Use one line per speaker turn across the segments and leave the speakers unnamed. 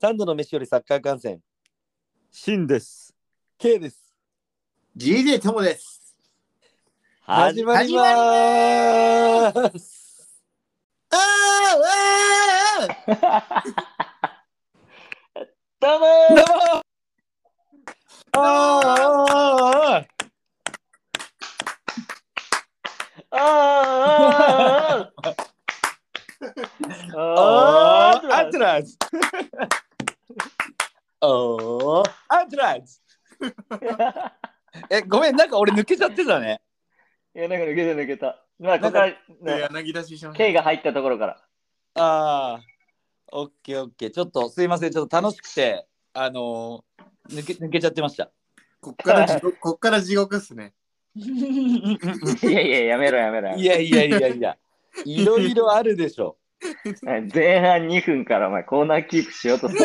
三度の飯よりサッカー観戦
シンです。
K です。
GJ ともです。
始まりまーす。
あーあー
どうもー
あ
あーあー
ああ
あー
ーアントラーズ。おーアントラーズ。えごめんなんか俺抜けちゃってたね。
いや、なんか抜けた抜けた。まあ、ここから、
いや
ね、
柳出ししました
K が入ったところから。
ああオッケーオッケーちょっとすいませんちょっと楽しくてあのー、抜け抜けちゃってました。
こっから地獄、こっから地獄っすね。
いやいや、やめろやめろやめ
いやいやいやいや いろいろあるでしょ。
ろ。前半2分からお前コーナーキープしようとする。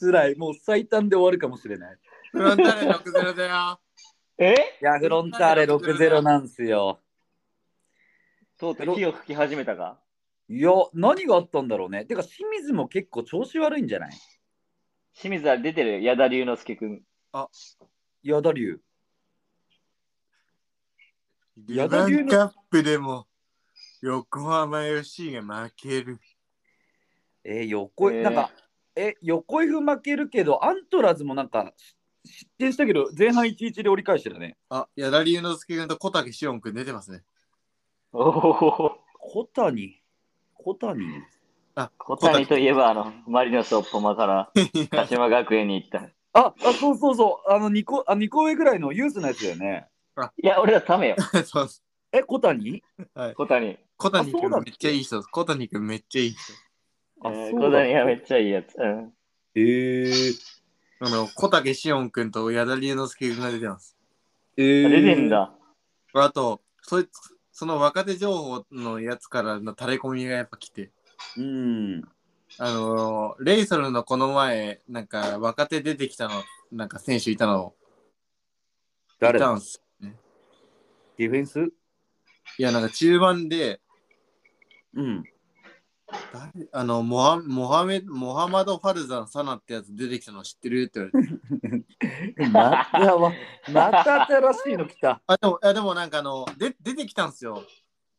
辛いもう最短で終わるかもしれない。
フロンターレ60だよ。
え
いや、フロンターレ6-0なんすよ。
とうとう火を吹き始めたか。
いや、何があったんだろうね。てか、清水も結構調子悪いんじゃない
清水は出てる、矢田龍之介くん。
矢田龍。
リバンカップでも横浜 FC が負ける。
えー横井、
えー
なんか、え、横井風負けるけど、アントラーズもなんか、し失点したけど、前半1-1で折り返してたね。
あ、矢田龍之介君と小竹志音君出てますね。
おお。
小谷。小谷。
小谷といえば、あの、マリノスオッポマから鹿島学園に行った。
あ、あ、そうそうそう。あの、2個、あ二個上ぐらいのユースのやつだよね。
いや、俺らためよ。
そうっす
え、小谷
小谷。
小谷
あそう
君
だっ
めっちゃいい人です。小谷君めっちゃいい人。
あ
えー
そうだ
小谷はめっちゃいいやつ。うん。
えー、
あの小竹志音君と矢田龍之介君が出てます。
えー。
出てん。だ。
あと、そいつ、その若手情報のやつからの垂れ込みがやっぱ来て。
うん。
あのーレイソルのこの前、なんか若手出てきたの、なんか選手いたの、
誰
いた
だ
んす。
ディフェンス
いや、なんか中盤で、
うん。
誰あのモハ、モハメ、モハマド・ファルザン・サナってやつ出てきたの知ってるって言われて。
またわ、また新しいの来た。
あ、でも、いやでもなんかあの、で出てきたんすよ。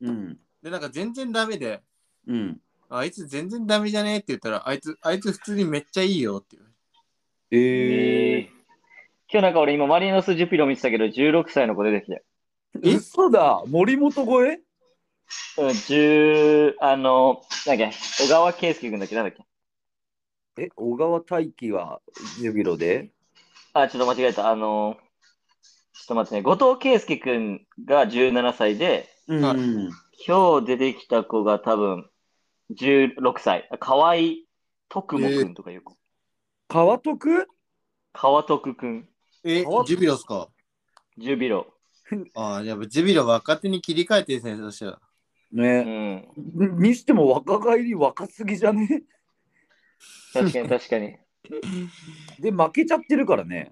うん。
で、なんか全然ダメで、
うん。
あいつ全然ダメじゃねえって言ったら、あいつ、あいつ普通にめっちゃいいよって言われて。
え
えー今日なんか俺今マリノスジュピロ見てたけど16歳の子出てきて。
ー、嘘だ。森本超え
うん、10、あの、なんだっけ、小川圭介君だっけ、なんだっけ。
え、小川大輝はジュビロで
あ、ちょっと間違えた。あの、ちょっと待ってね。後藤圭介君が17歳で、
う
はい
ん。
今日出てきた子が多分16歳。河合徳も君とかいう子。
川徳
川徳君、
え、
変わっ
ジュビロっすか
ジュビロ。
ああ、やっぱジュビロ若手に切り替えてる選手としては。
う
ね
ん。
にしても若返り若すぎじゃね
確かに確かに。
で、負けちゃってるからね。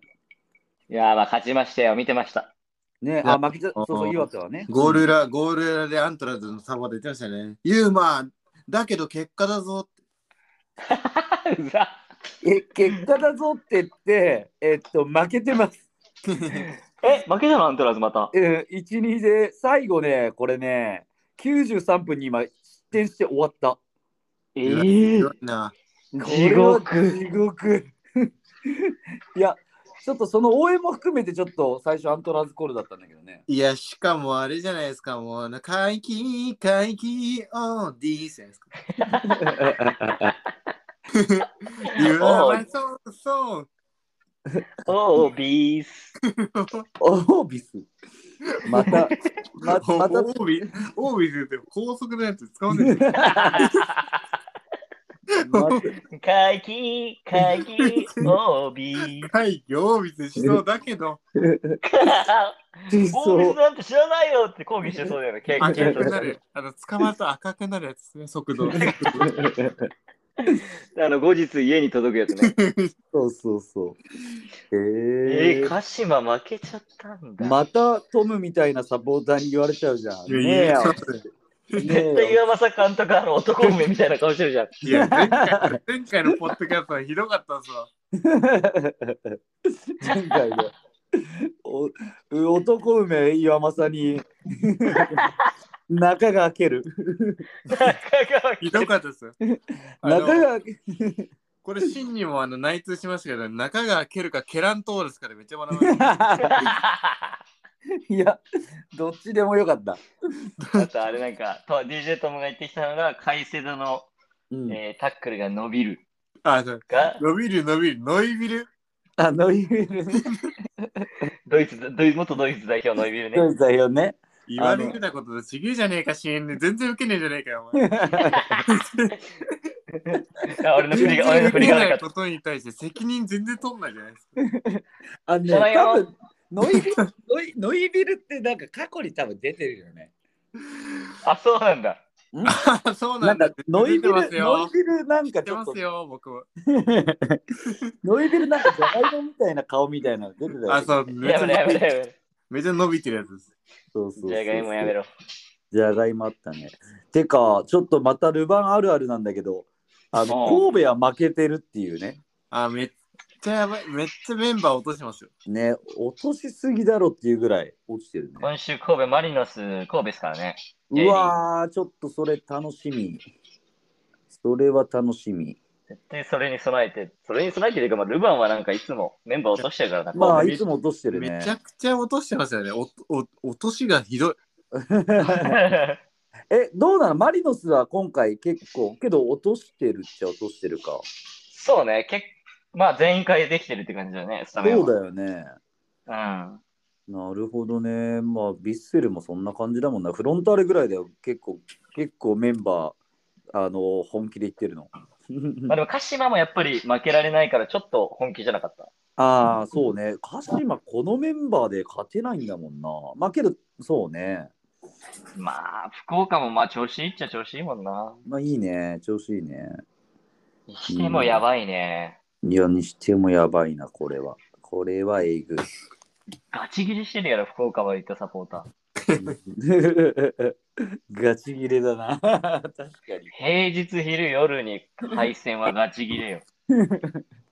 いやー、まあ勝ちましたよ。見てました。
ね、あ、負けちゃ、そうそう、岩手はね。
ゴール裏、ゴール裏でアントラーズのサバ出てましたね。ユーマー、だけど結果だぞって。
うざ。
え、結果だぞって言って、えっと、負けてます。
え、負けたのアントラーズまた。
えー、1、2で、最後ね、これね、93分に今、失点して終わった。
え
ひ
ー
どいな。
地獄
地獄 いやちょっとその応援も含めてちょっと最初アントラーズコールだったんだけどね
いや、しかもあれじゃないですか、もうあの、回帰、回帰、オーディーじゃないですか。You are my song, song.
おー、ビース。
オービスまたま また
オービオービスって高速のやつ 使わないで
ま
回帰、回帰、おー、ビース。
回帰、オービスしそうだけど、
た
オービ
そ
スなんて知らないよって抗議してそうだよね。結
赤
構
くなる。あの、捕まると赤くなるやつですね、速度。
う
あの後日家に届くやつね。
そうそうそう。
え
え
ー、
ー、
鹿島負けちゃったんだ。
またトムみたいなサポーターに言われちゃうじゃん。
いや
ねえよ。ね
絶対
えよ。
岩政監督あの男梅みたいな顔してるじゃん。
いや前回、前回のポッドキャストはひどかったぞ。
前回の。おう男梅岩政に中が開ける
中川
ひどかった ぞ。あの
中が開け
これ、真にもあの内通しましたけど、中が蹴るか蹴らんとですからめっちゃ笑われ
いやどっちでもよかった、
あとあれなんか、と DJ 友が言ってきたのが、カイセドの、
うん
えータックルが伸びる
あ、そう。
が、
伸びる伸びる、ノイビル。
あノイビルね
ドイツ、ドイ元ドイツ代表伸びる
ド
ね。
イツ代表ね
言われてたこととちげえじゃねえか、支援で。全然受けねえじゃねえかよ、お前。
あ俺の振りが、俺の振りがな
全然受けな
かっ
いことに対して責任全然取んないじゃないですか。
あの
知らな
ね
い
多
よ
分ノイビルノイノイビルってなんか過去に多分出てるよね
た。あ、そうなんだ。
あそう
な
なん
ん
だ
か。ノイビル
出てます
ノイ
よ。
ビルなん
知
か
って
ちょっ
ま
と
すよ、僕は。
ノイビルなんかジャガイモみたいな顔みたいなの出てたよね
あ、そう、
い
めっ
や
ち
めろや
ゃ
めろやめろ。
めっちゃ伸びてるやつです。
そうそうそう
じゃがいもやめろ。
じゃがいもあったね。てか、ちょっとまたルバンあるあるなんだけど、あの
う
神戸は負けてるっていうね。
あ、めっちゃやばい。めっちゃメンバー落としてますよ。
ね、落としすぎだろっていうぐらい落ちてるね。
今週神戸マリノス、神戸ですからね。
うわー、ちょっとそれ楽しみ。それは楽しみ。
絶対それに備えて、それに備えてというか、まあ、ルヴァンはなんかいつもメンバー落としてるからな。
まあ、
神
いつも落としてるね
め。ちゃくちゃ落としてますよね。おお落としがひどい。
戸
え、どうなのマリノスは今回結構、けど落としてるっちゃ落としてるか。
そうね、けまあ全員会できてるって感じだよね、スタ
そう
メンは。
だよね。
うん。
なるほどね。まあ、ヴィッセルもそんな感じだもんな。フロンターレぐらいだよ。結構、結構メンバー、あの、本気でいってるの。
まあでも鹿島もやっぱり負けられないから、ちょっと本気じゃなかった。
ああ、そうね。鹿島、このメンバーで勝てないんだもんな。まあ、けど、そうね。
まあ、福岡もまあ調子いいっちゃ調子いいもんな。
まあ、いいね。調子いいね。
にしてもやばいね。
いや、にしてもやばいな、これは。これはえぐい。
ガチギリしてるやろ、福岡は言ったサポーター。
ガチギレだな。確かに。
平日昼夜に対戦はガチギレよ。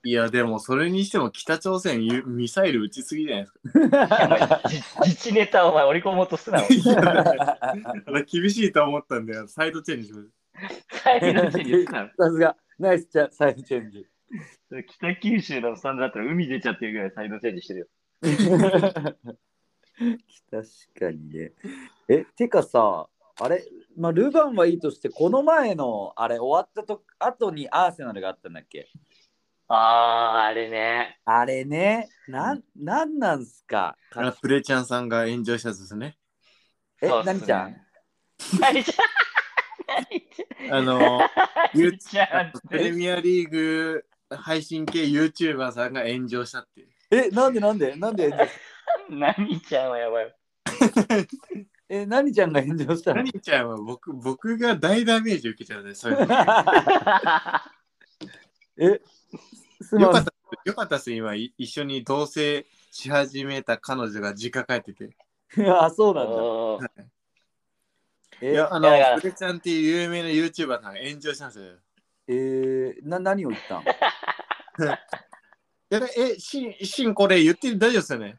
いや、でもそれにしても北朝鮮ゆミサイル撃ちすぎじゃないですか。
お前じ自治ネタお前織り込もうとすな。 お前
いやだから厳しいと思ったんだよ。サイドチェンジします。
サイドチェンジすな
さすが、ナイスチャサイドチェンジ。
北九州のスタンドだったら海出ちゃってるぐらいサイドチェンジしてるよ。
確 かにね。え、てかさ、あれ、まあ、ルヴァンはいいとして、この前のあれ終わったと後にアーセナルがあったんだっけ
あー、あれね。
あれね、なん、なんなんすか。
あプレちゃんさんが炎上したやつです ね。
え、
そうっすね
何ちゃん
何ちゃん何ちゃん
あの、ゆ
何ちゃん
プレミアリーグ配信系 YouTuber さんが炎上したっていう。
え、なんでなんでなんで炎上
何ちゃんはやばい。
え、何ちゃんが炎上したの
何ちゃんは僕僕が大ダメージ受けちゃうね。そういうの
え、す
よ
ま
か
ん
ったよかったっす、今い一緒に同棲し始めた彼女が実家帰ってて。
あ、そうなんだ。
おー
え
いや、あの
いやいや、
プレちゃんっていう有名な YouTuber さんが炎上したんですよ。
えーな、何を言ったん
いやえ、しん、しんこれ言って大丈夫ですよね。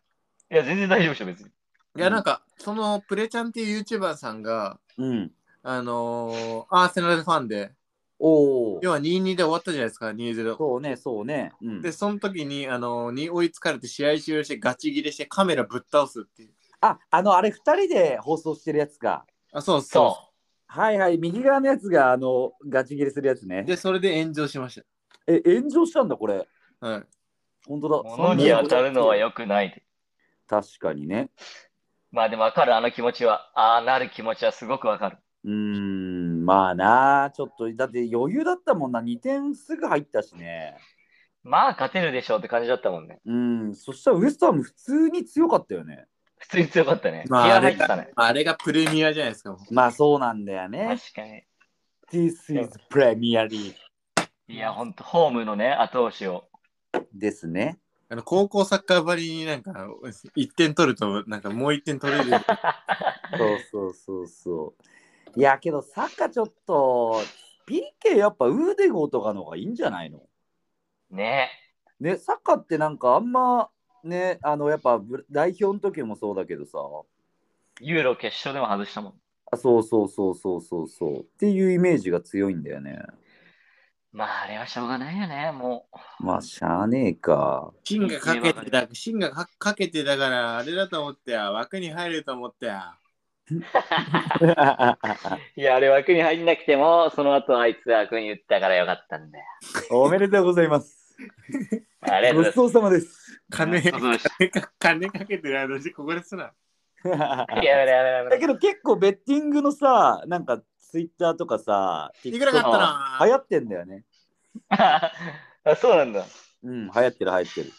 いや、全然大丈夫でしょ、別に。
いや、なんか、そのプレちゃんっていう YouTuber さんが、
うん。
あのーアーセナルファンで、
おお。
要は2-2で終わったじゃないですか、2-0。
そうね、そうね。うん
で、その時に、あのーに追いつかれて試合終了してガチ切れしてカメラぶっ倒すっていう。
あ、あの、あれ、二人で放送してるやつか。
あ、そうそ
そ
はいはい、右側のやつが、あの、ガチ切れするやつね
う。。で、それで炎上しまし
え、炎上したんだ、これ。
た。はい。
本
う。
当だ。
物に当たるのは良くない。
確かにね。
まあでも分かる、あの気持ちは。ああなる気持ちはすごく分かる。
うーん、まあな、ちょっと、だって余裕だったもんな、2点すぐ入ったしね。
まあ勝てるでしょうって感じだったもんね。
うん、そしたらウエストハム、普通に強かったよね。
普通に強かったね。
まあ
気合
あ
入
れ
ってたね。
あれがプレミアじゃないですか。もう
まあそうなんだよね
確。かに。
This is Premier League。
いや、ほんと、ホームのね、後押しを。
ですね。
あの高校サッカーばりになんか1点取るとなんかもう1点取 れるような
そうそうそうそう。いや、けどサッカーちょっと、PK やっぱウーデゴとかの方がいいんじゃないの
ね
ね、サッカーってなんかあんま、ね、あの、やっぱブ代表の時もそうだけどさ、
ユーロ決勝でも外したもん。
あそうそうそうそうそうそう。っていうイメージが強いんだよね。
まあ、あれはしょうがないよね、も
まあ、しゃあねえ か。
芯がかけてだ芯がかかけてだからあれだと思ってや枠に入ると思ってや
う。いや、あれ枠に入んなくても、その後あいつ枠に打ったからよかったんだよ。
おめでとうございます。
あれ
ごちそうさまです。
金
そうそう
金か金かけてる私ここですな
やめろやめろやめ
だ
ろ。
けど結構ベッティングのさ、なんかツイッターとかさ、
いくらかあったな
TikTok 流行ってんだよね。
あ、そうなんだ。
うん、流行ってる流行ってる。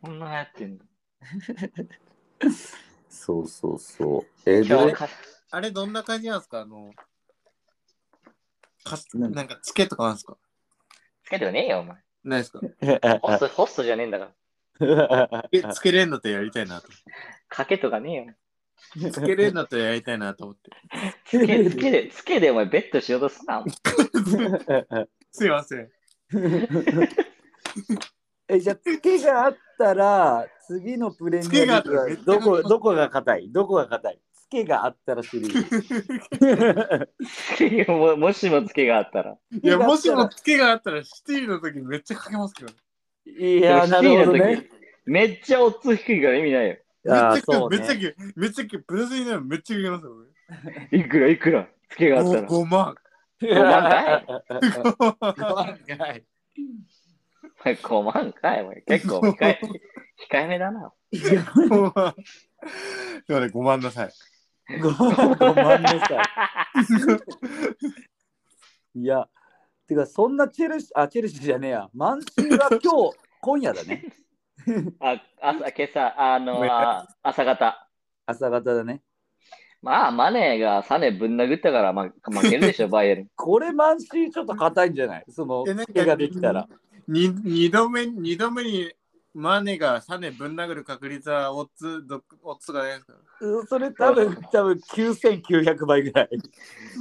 こんな流行ってんの。
そうそうそう。えー、
今
ど
日
れ
か、
あれどんな感じなんですかあのかす
何
なんかつけとかなんですか
つけてはねえよ、お前。
ないですか
ホスト、ホストじゃねえんだから。
えつけれんのとやりたいなと
かけとかねえよ。
つけれんのとやりたいなと思って
つけ、つ けで、つけでお前ベッドしようとすな。お前
すいません
えじゃあ、ツケがあったら、次のプレミアム
ツケがあったら
はどこどこが硬いどこが硬いツケがあったらシリーズ。
つけももしもつけがあったら。
いやもしもつけがあったらシティの時めっちゃかけますけど
いやー、なるほどね。。
めっちゃオッズ低いから意味ないよ。
めっ
あ
ち
ー
ゃ
そ
く
う
めっちゃ
ね。
くめっちゃくプラスになるめっちゃかけますよ
いくらいくらつけがあった
俺
ら。
5万
5万かいお前5万かいお前結構控え控えめだな。
5万そうね5万なさい
ごまんなさ い。いや、てか、そんなチェルシー、あ、チェルシーじゃねえや。マンシーは今日、今夜だね。
あ、朝、今朝、あ
ご
の
めん
あ朝方。
朝方だね。
まあ、マネーがサネぶん殴ったから、まあ、負ける でしょ、バイエルン。
これマンシーちょっと硬いんじゃないその、
えなんか
手ができたら。
に二度目二度目にマネがサネぶん殴る確率はオッズどオッズがないですか
うんそれ多分、多分9900倍ぐらい。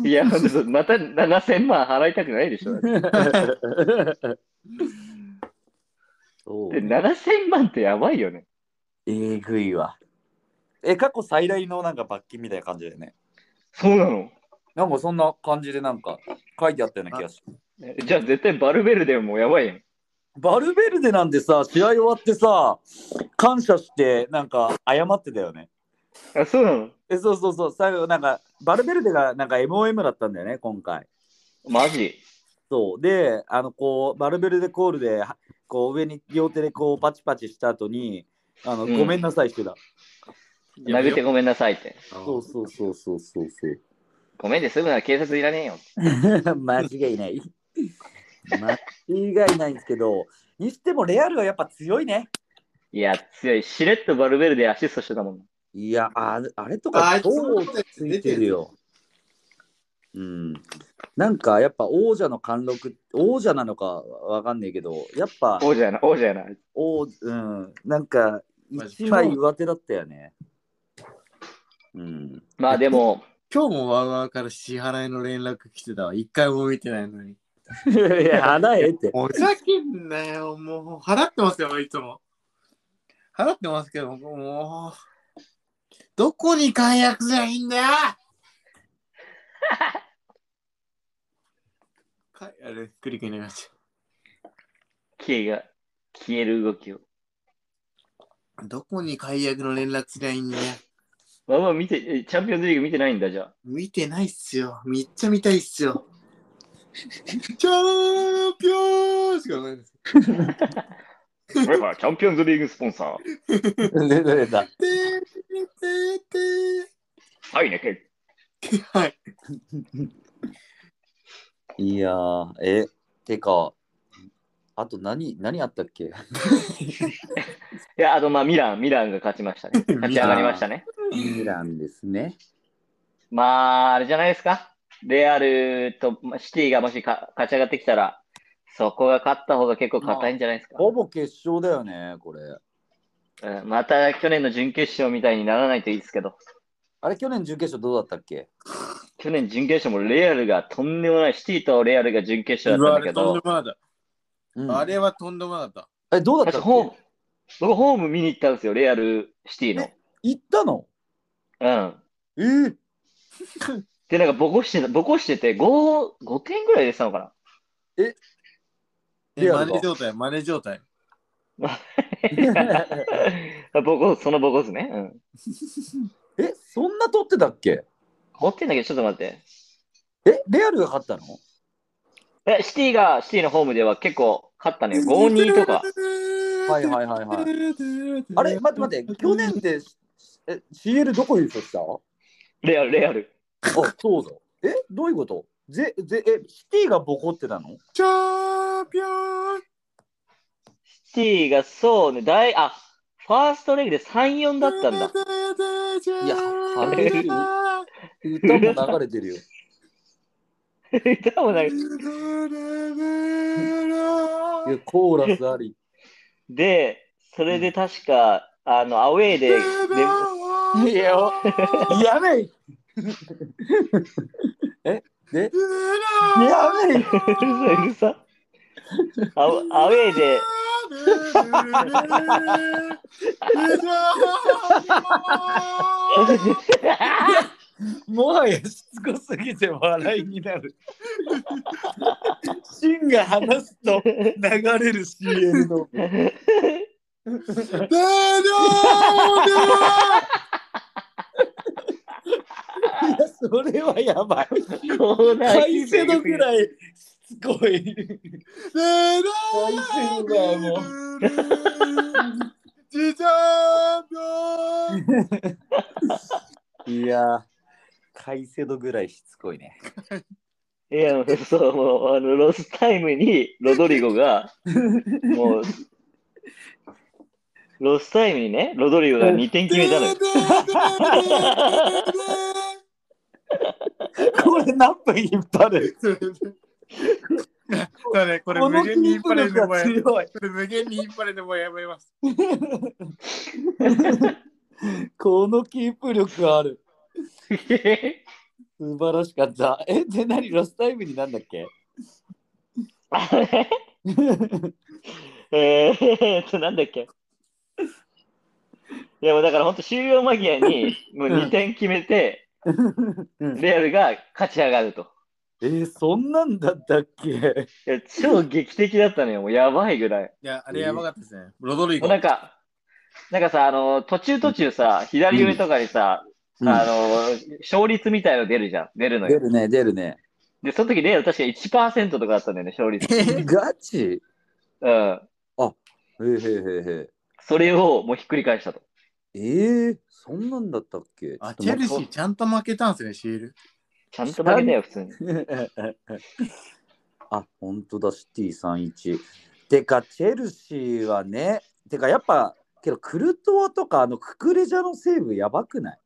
いや、ほんとまた7000万払いたくないでしょ。だって
そうね
7000万ってやばいよね。
えぐいわ。え、過去最大のなんか罰金みたいな感じだよね。
そうなの
なんかそんな感じでなんか書いてあったような気がする。
じゃあ絶対バルベルデもやばいやん。
バルベルデなんてさ、試合終わってさ、感謝してなんか謝ってたよね。
あ、そうなの
え、そうそうそう、最後なんかバルベルデがなんか MOM だったんだよね、今回。
マジ
そうであのこうバルベルデコールではこう上に両手でこうパチパチした後にあの、
うん
ごめんなさいしてた
殴ってごめんなさいって。
そうそうそうそうそうそ
ごめんですぐなら警察いらねえよ。
う 間違いない間違いないんですけどにしてもレアルはやっぱ強いね
いや、強い。しれっとバルベルデアシストしてたもん。
いやあれあれと
あ
か
いつも
超ついてるようんなんかやっぱ王者の貫禄王者なのかわかんないけどやっぱ
王者やな、王者やな。
おうん、なんか
まあ
一枚上手だったよね。うん。
まあ でも、
今日もワウワウから支払いの連絡来てたわ一回も見てないのに
いや、穴えって。
おざけんなよ、もう。払ってますよ、いつも。払ってますけど、もう。どこに解約すりゃいいんだよかあれ、クリックになりまし
消えが、消える動きを。
た。どこに解約の連絡すりゃいいんだよ。
まあまあ見て、えチャンピオンズリーグ見てないんだじゃあ。
見てないっすよ。めっちゃ見たいっす よ。チャンピオンしかないです。
これはチャンピオンズリーグスポンサー、
出た出た。
てーてーて
はいね、結
ーはい。
いやー、え、てか、あと何、何あったっけ
いや、あとまあミラン、ミランが勝ちましたね。勝ち上がりましたね。
ミランですね。
まあ、あれじゃないですか。レアルとまあシティがもしか勝ち上がってきたら、そこが勝った方が結構硬いんじゃないですか。
ほぼ決勝だよね、これ。
うんまた去年の準決勝みたいにならないといいですけど、
あれ、去年準決勝どうだったっけ
去年準決勝もレアルがとんでもない、シティとレアルが準決勝
う
だ
わ
った
あ
んだけ
れとんで
ど、
もなかっ
うん
た。あれはとんでもなかった。
え、どうだった
私
っ
ホーム
け
僕ホーム見に行ったんですよ、レアル、シティの。
行ったの
うん。
え ー、
で、なんかボコしてた、ボコしてて5、5点ぐらいでしたのかな
え
リアル
マ
だ
ネ状態、マネ状態。
ボコ、そのボコですね。うん。
え、そんな取ってたっけ
持ってんだけど、ちょっと待って。
え、レアルが勝ったの
え、シティが、シティのホームでは結構勝ったね。5-2とか。。
はいはいはいはい。あれ、待って待って、去年でえ CL どこ優勝した
レアル、レアル。
あ、そうだ。え、どういうことぜぜえ、シティがボコってたの
チャンピオン
シティがそうね、大、あ、ファーストレグで3-4だったんだ。
いや
あれ
歌も流れて るよ。
多分なんか
いや、コーラスあり。
で、それで確か、あの、アウェーで、で
いや、やめいえ、でやめいう
るさいうるさ。アウアウ ェーで、
もはやしつこすぎて笑いにな る。シンが話すと流れる CL の。いや、それはやばい。
こうな
カイセドぐらいしつこい。カイセドだよ、もう。いや、カイセドぐらいしつこいね。
いや、もう そう、もう、あの、ロスタイムに、ロドリゴが、も う、ロスタイムにね、ロドリゴが2点決めたのよ。
これ何分引っ張る
だね、こ
こ
れ
の
無
キ
限に引
ー
っ張
プ
れる
力
のも
が
や
強い。
これ無限に引っ張れるのもやめます。
このキープ力ある。素晴らしかった。え、で何ロスタイムになんだっけ
えーっと、なんだっけ。いや、もうだから本当終了間際に、もう2点決め
う
て、
ん
レアルが勝ち上がると。
えーそんなんだったっけ
いや、超劇的だったのよ。もうやばいぐらい。
いや、あれやばかったですね。ロドリ
も
ゴ
う。なんか、なんかさ、あの、途中途中さ、左上とかにさ、あの、勝率みたいの出るじゃん。出るの
出
よ。
るね、出る ね。
で、その時レアル確か1%とかだったんだよね、勝率。
ガチ
う
へ
ん。
ーへーへーへー
それをもうひっくり返したと。
えー、そんなんだったっけ
あ、チェルシーちゃんと負けたんですね、シール。
ちゃんと負けたよ、普通に。
ー。 あ、本当だ、シティ31。てか、チェルシーはね、てか、やっぱ、けど、クルトワとか、あの、ククレジャのセーブやばくない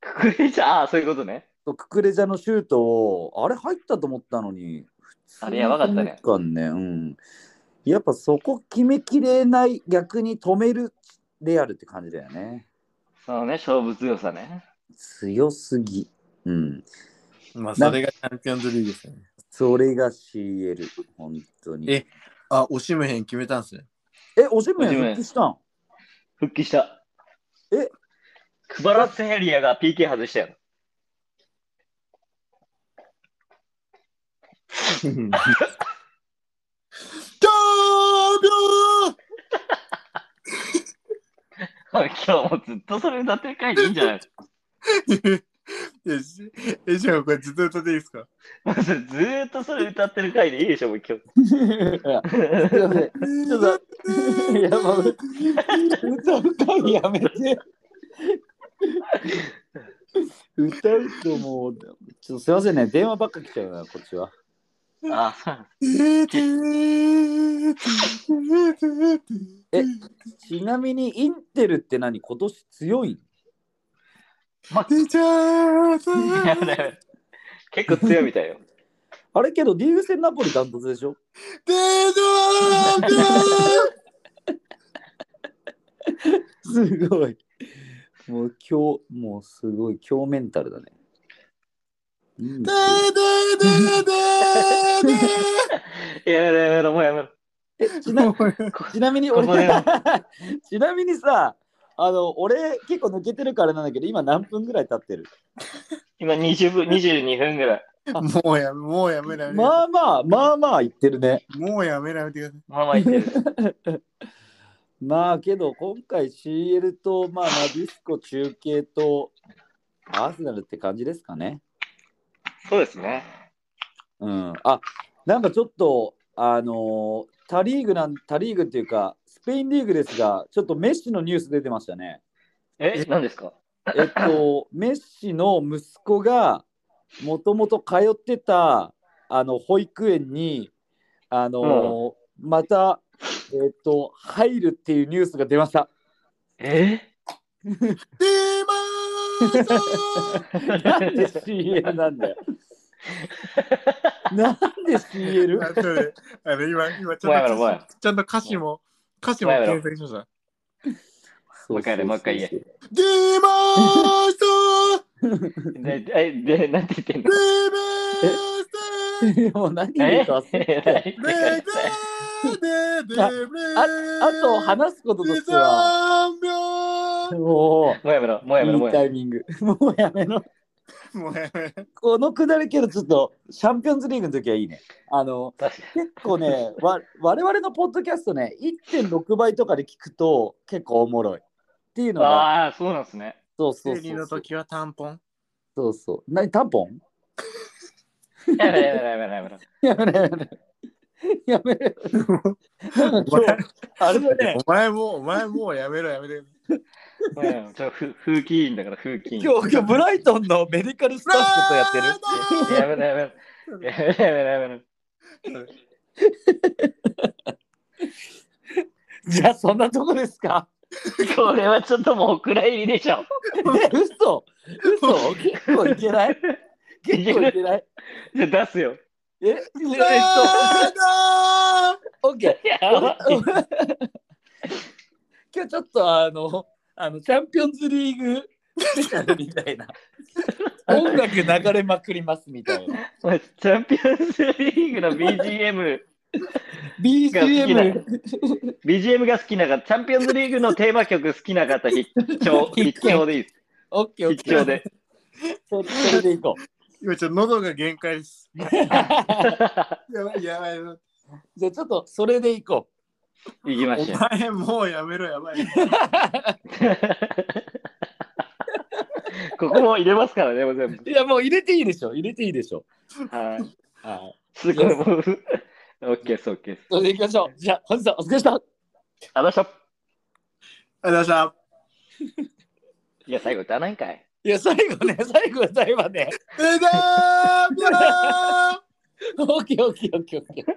くくりちゃああー、そういうことね。
そうククレジャのシュートをあれ入ったと思ったのに普通に
あれやばかったね
止めんね、うん、やっぱそこ決めきれない逆に止めるレアルって感じだよね
そのね、勝負強さね。
強すぎうん
まあ、それがチャンピオンズリーグですね。
それが CL 本当にえ
えあ、おしむへん決めたんですね。
おしめ
おしめ
復帰した ん
復帰した。
え
クバラッツェヘリアが PK 外したよ。
チャンピオン
今日もずっとそれ歌ってる回でいいんじゃない
え、しえ、しょうこれずっと歌っていいですか
ずーっとそれ歌ってる回でいいでしょ、もう 今日。
ちょっと 待ってちょっとやばい歌う回やめて歌うともうちょっとすいませんね電話ばっか来ちゃうなこっちは
ああ、そうなんだ
え
ちなみにインテルって何今年強いん
ちゃー
結構強いみたいよ。
あれけど、リーグ戦ナポリダントツでしょ
デードーデ
すごい。もう今日、もうすごい、今日メンタルだね。いいね
ーデーデーデーデー
やめろやめろ、もうやめろ。
えちな
デー
ちなみに俺
ここで、
ちなみにさ、あの、俺結構抜けてるからなんだけど、今何分ぐらい経ってる
今20分、22分ぐらい。
もうやめ、もうやめない。
まあまあ、まあまあ言ってるね。
もうやめないでください。
まあまあ言ってる。
まあけど、今回 CL と、まあ、ナビスコ中継と、アーセナルって感じですかね。
そうですね。
うん。あ、なんかちょっと、あのー他リーグなん、他リーグっていうか、スペインリーグですが、ちょっとメッシのニュース出てましたね。
え、何ですか
えっと、メッシの息子がもともと通ってたあの保育園にあの、また、えっと、入るっていうニュースが出ました。
え
デーマーサ
なんで CL なんだよ。なんで CL?
ーあそうねあの今、今ち
もうや
ゃ
め
ん
ろ、もう
と
やめろ。
ちゃんと歌詞も、歌詞も検索しました。
もう一回やれもう一回言
え。
デ ーマーサー
で、で、でなんて言ってんの
デーマーサー
もう何言
え
うか忘れて。
デーデーデーデー
ああと話すこととしては、
も
も
もうやめろ、もう
う
やめろ、
い
もう
い
や
タ
め
イミング。もうやめろ。
うやめ
このくだりけど、ちょっと、チャンピオンズリーグの時はいいね。あの、
ろ。
結構ね、わ我々のポッドキャストね、1.6倍とかで聞くと結構おもろい。っていうのが、
ああ、そうなんですね。
そうそう
生
そ
理
う
の
そう。
時はタンポン。
そうそう何、タンポン
やめろ、やめろ、やめろ、やめろ。
やめろやめろ。やめろ。なんか今日、 あれだね、
お前も、お前もうやめろやめろ。
もうやめろちょふ風紀委員だから、風紀委員。
今日、今日ブライトンのメディカルスタッフとや ってる。
やめろ、やめろ。やめろ、やめろ、やめろ。
じゃあ、そんなとこですか
これはちょっともうお蔵入りでしょ。
え、嘘嘘結構いけ ない結構いけない
じゃあ出すよ。
え、えっと、オッケー。
やばい
今日ちょっとあの、あのチャンピオンズリーグスペシャルみたいな。音楽流れまくりますみた いな。
お前チャンピオンズリーグの BGM、
BGM
好 BGM が好きな方、チャンピオンズリーグのテーマ曲好きな方、必聴、必聴でいいで
オッケーオッ
す。必
ケー。
聴で。
そそれでいこう。
今ちょっと喉が限界です。やばいやばい。
じゃあちょっとそれでいこ
いきま
お
しょう。
前もうやめろやばい。
ここも入れますからね、もう全部。
う。いやもう入れていいでしょ。入れていいでしょ。
はい。
はい。
すごい、もう。オッケーです、オッケーです。
それでいきましょう。じゃあ本日はお疲れ様でした。
あの人。
あださ
いや、最後歌わないんかい。
いや最後ね、最後は最後はね。
ん。えだーぴゃ
オッケーオッケーオッケーオッケー。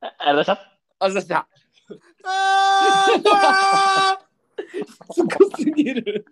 ああの人。
あざした。
ーあー
すごすぎる。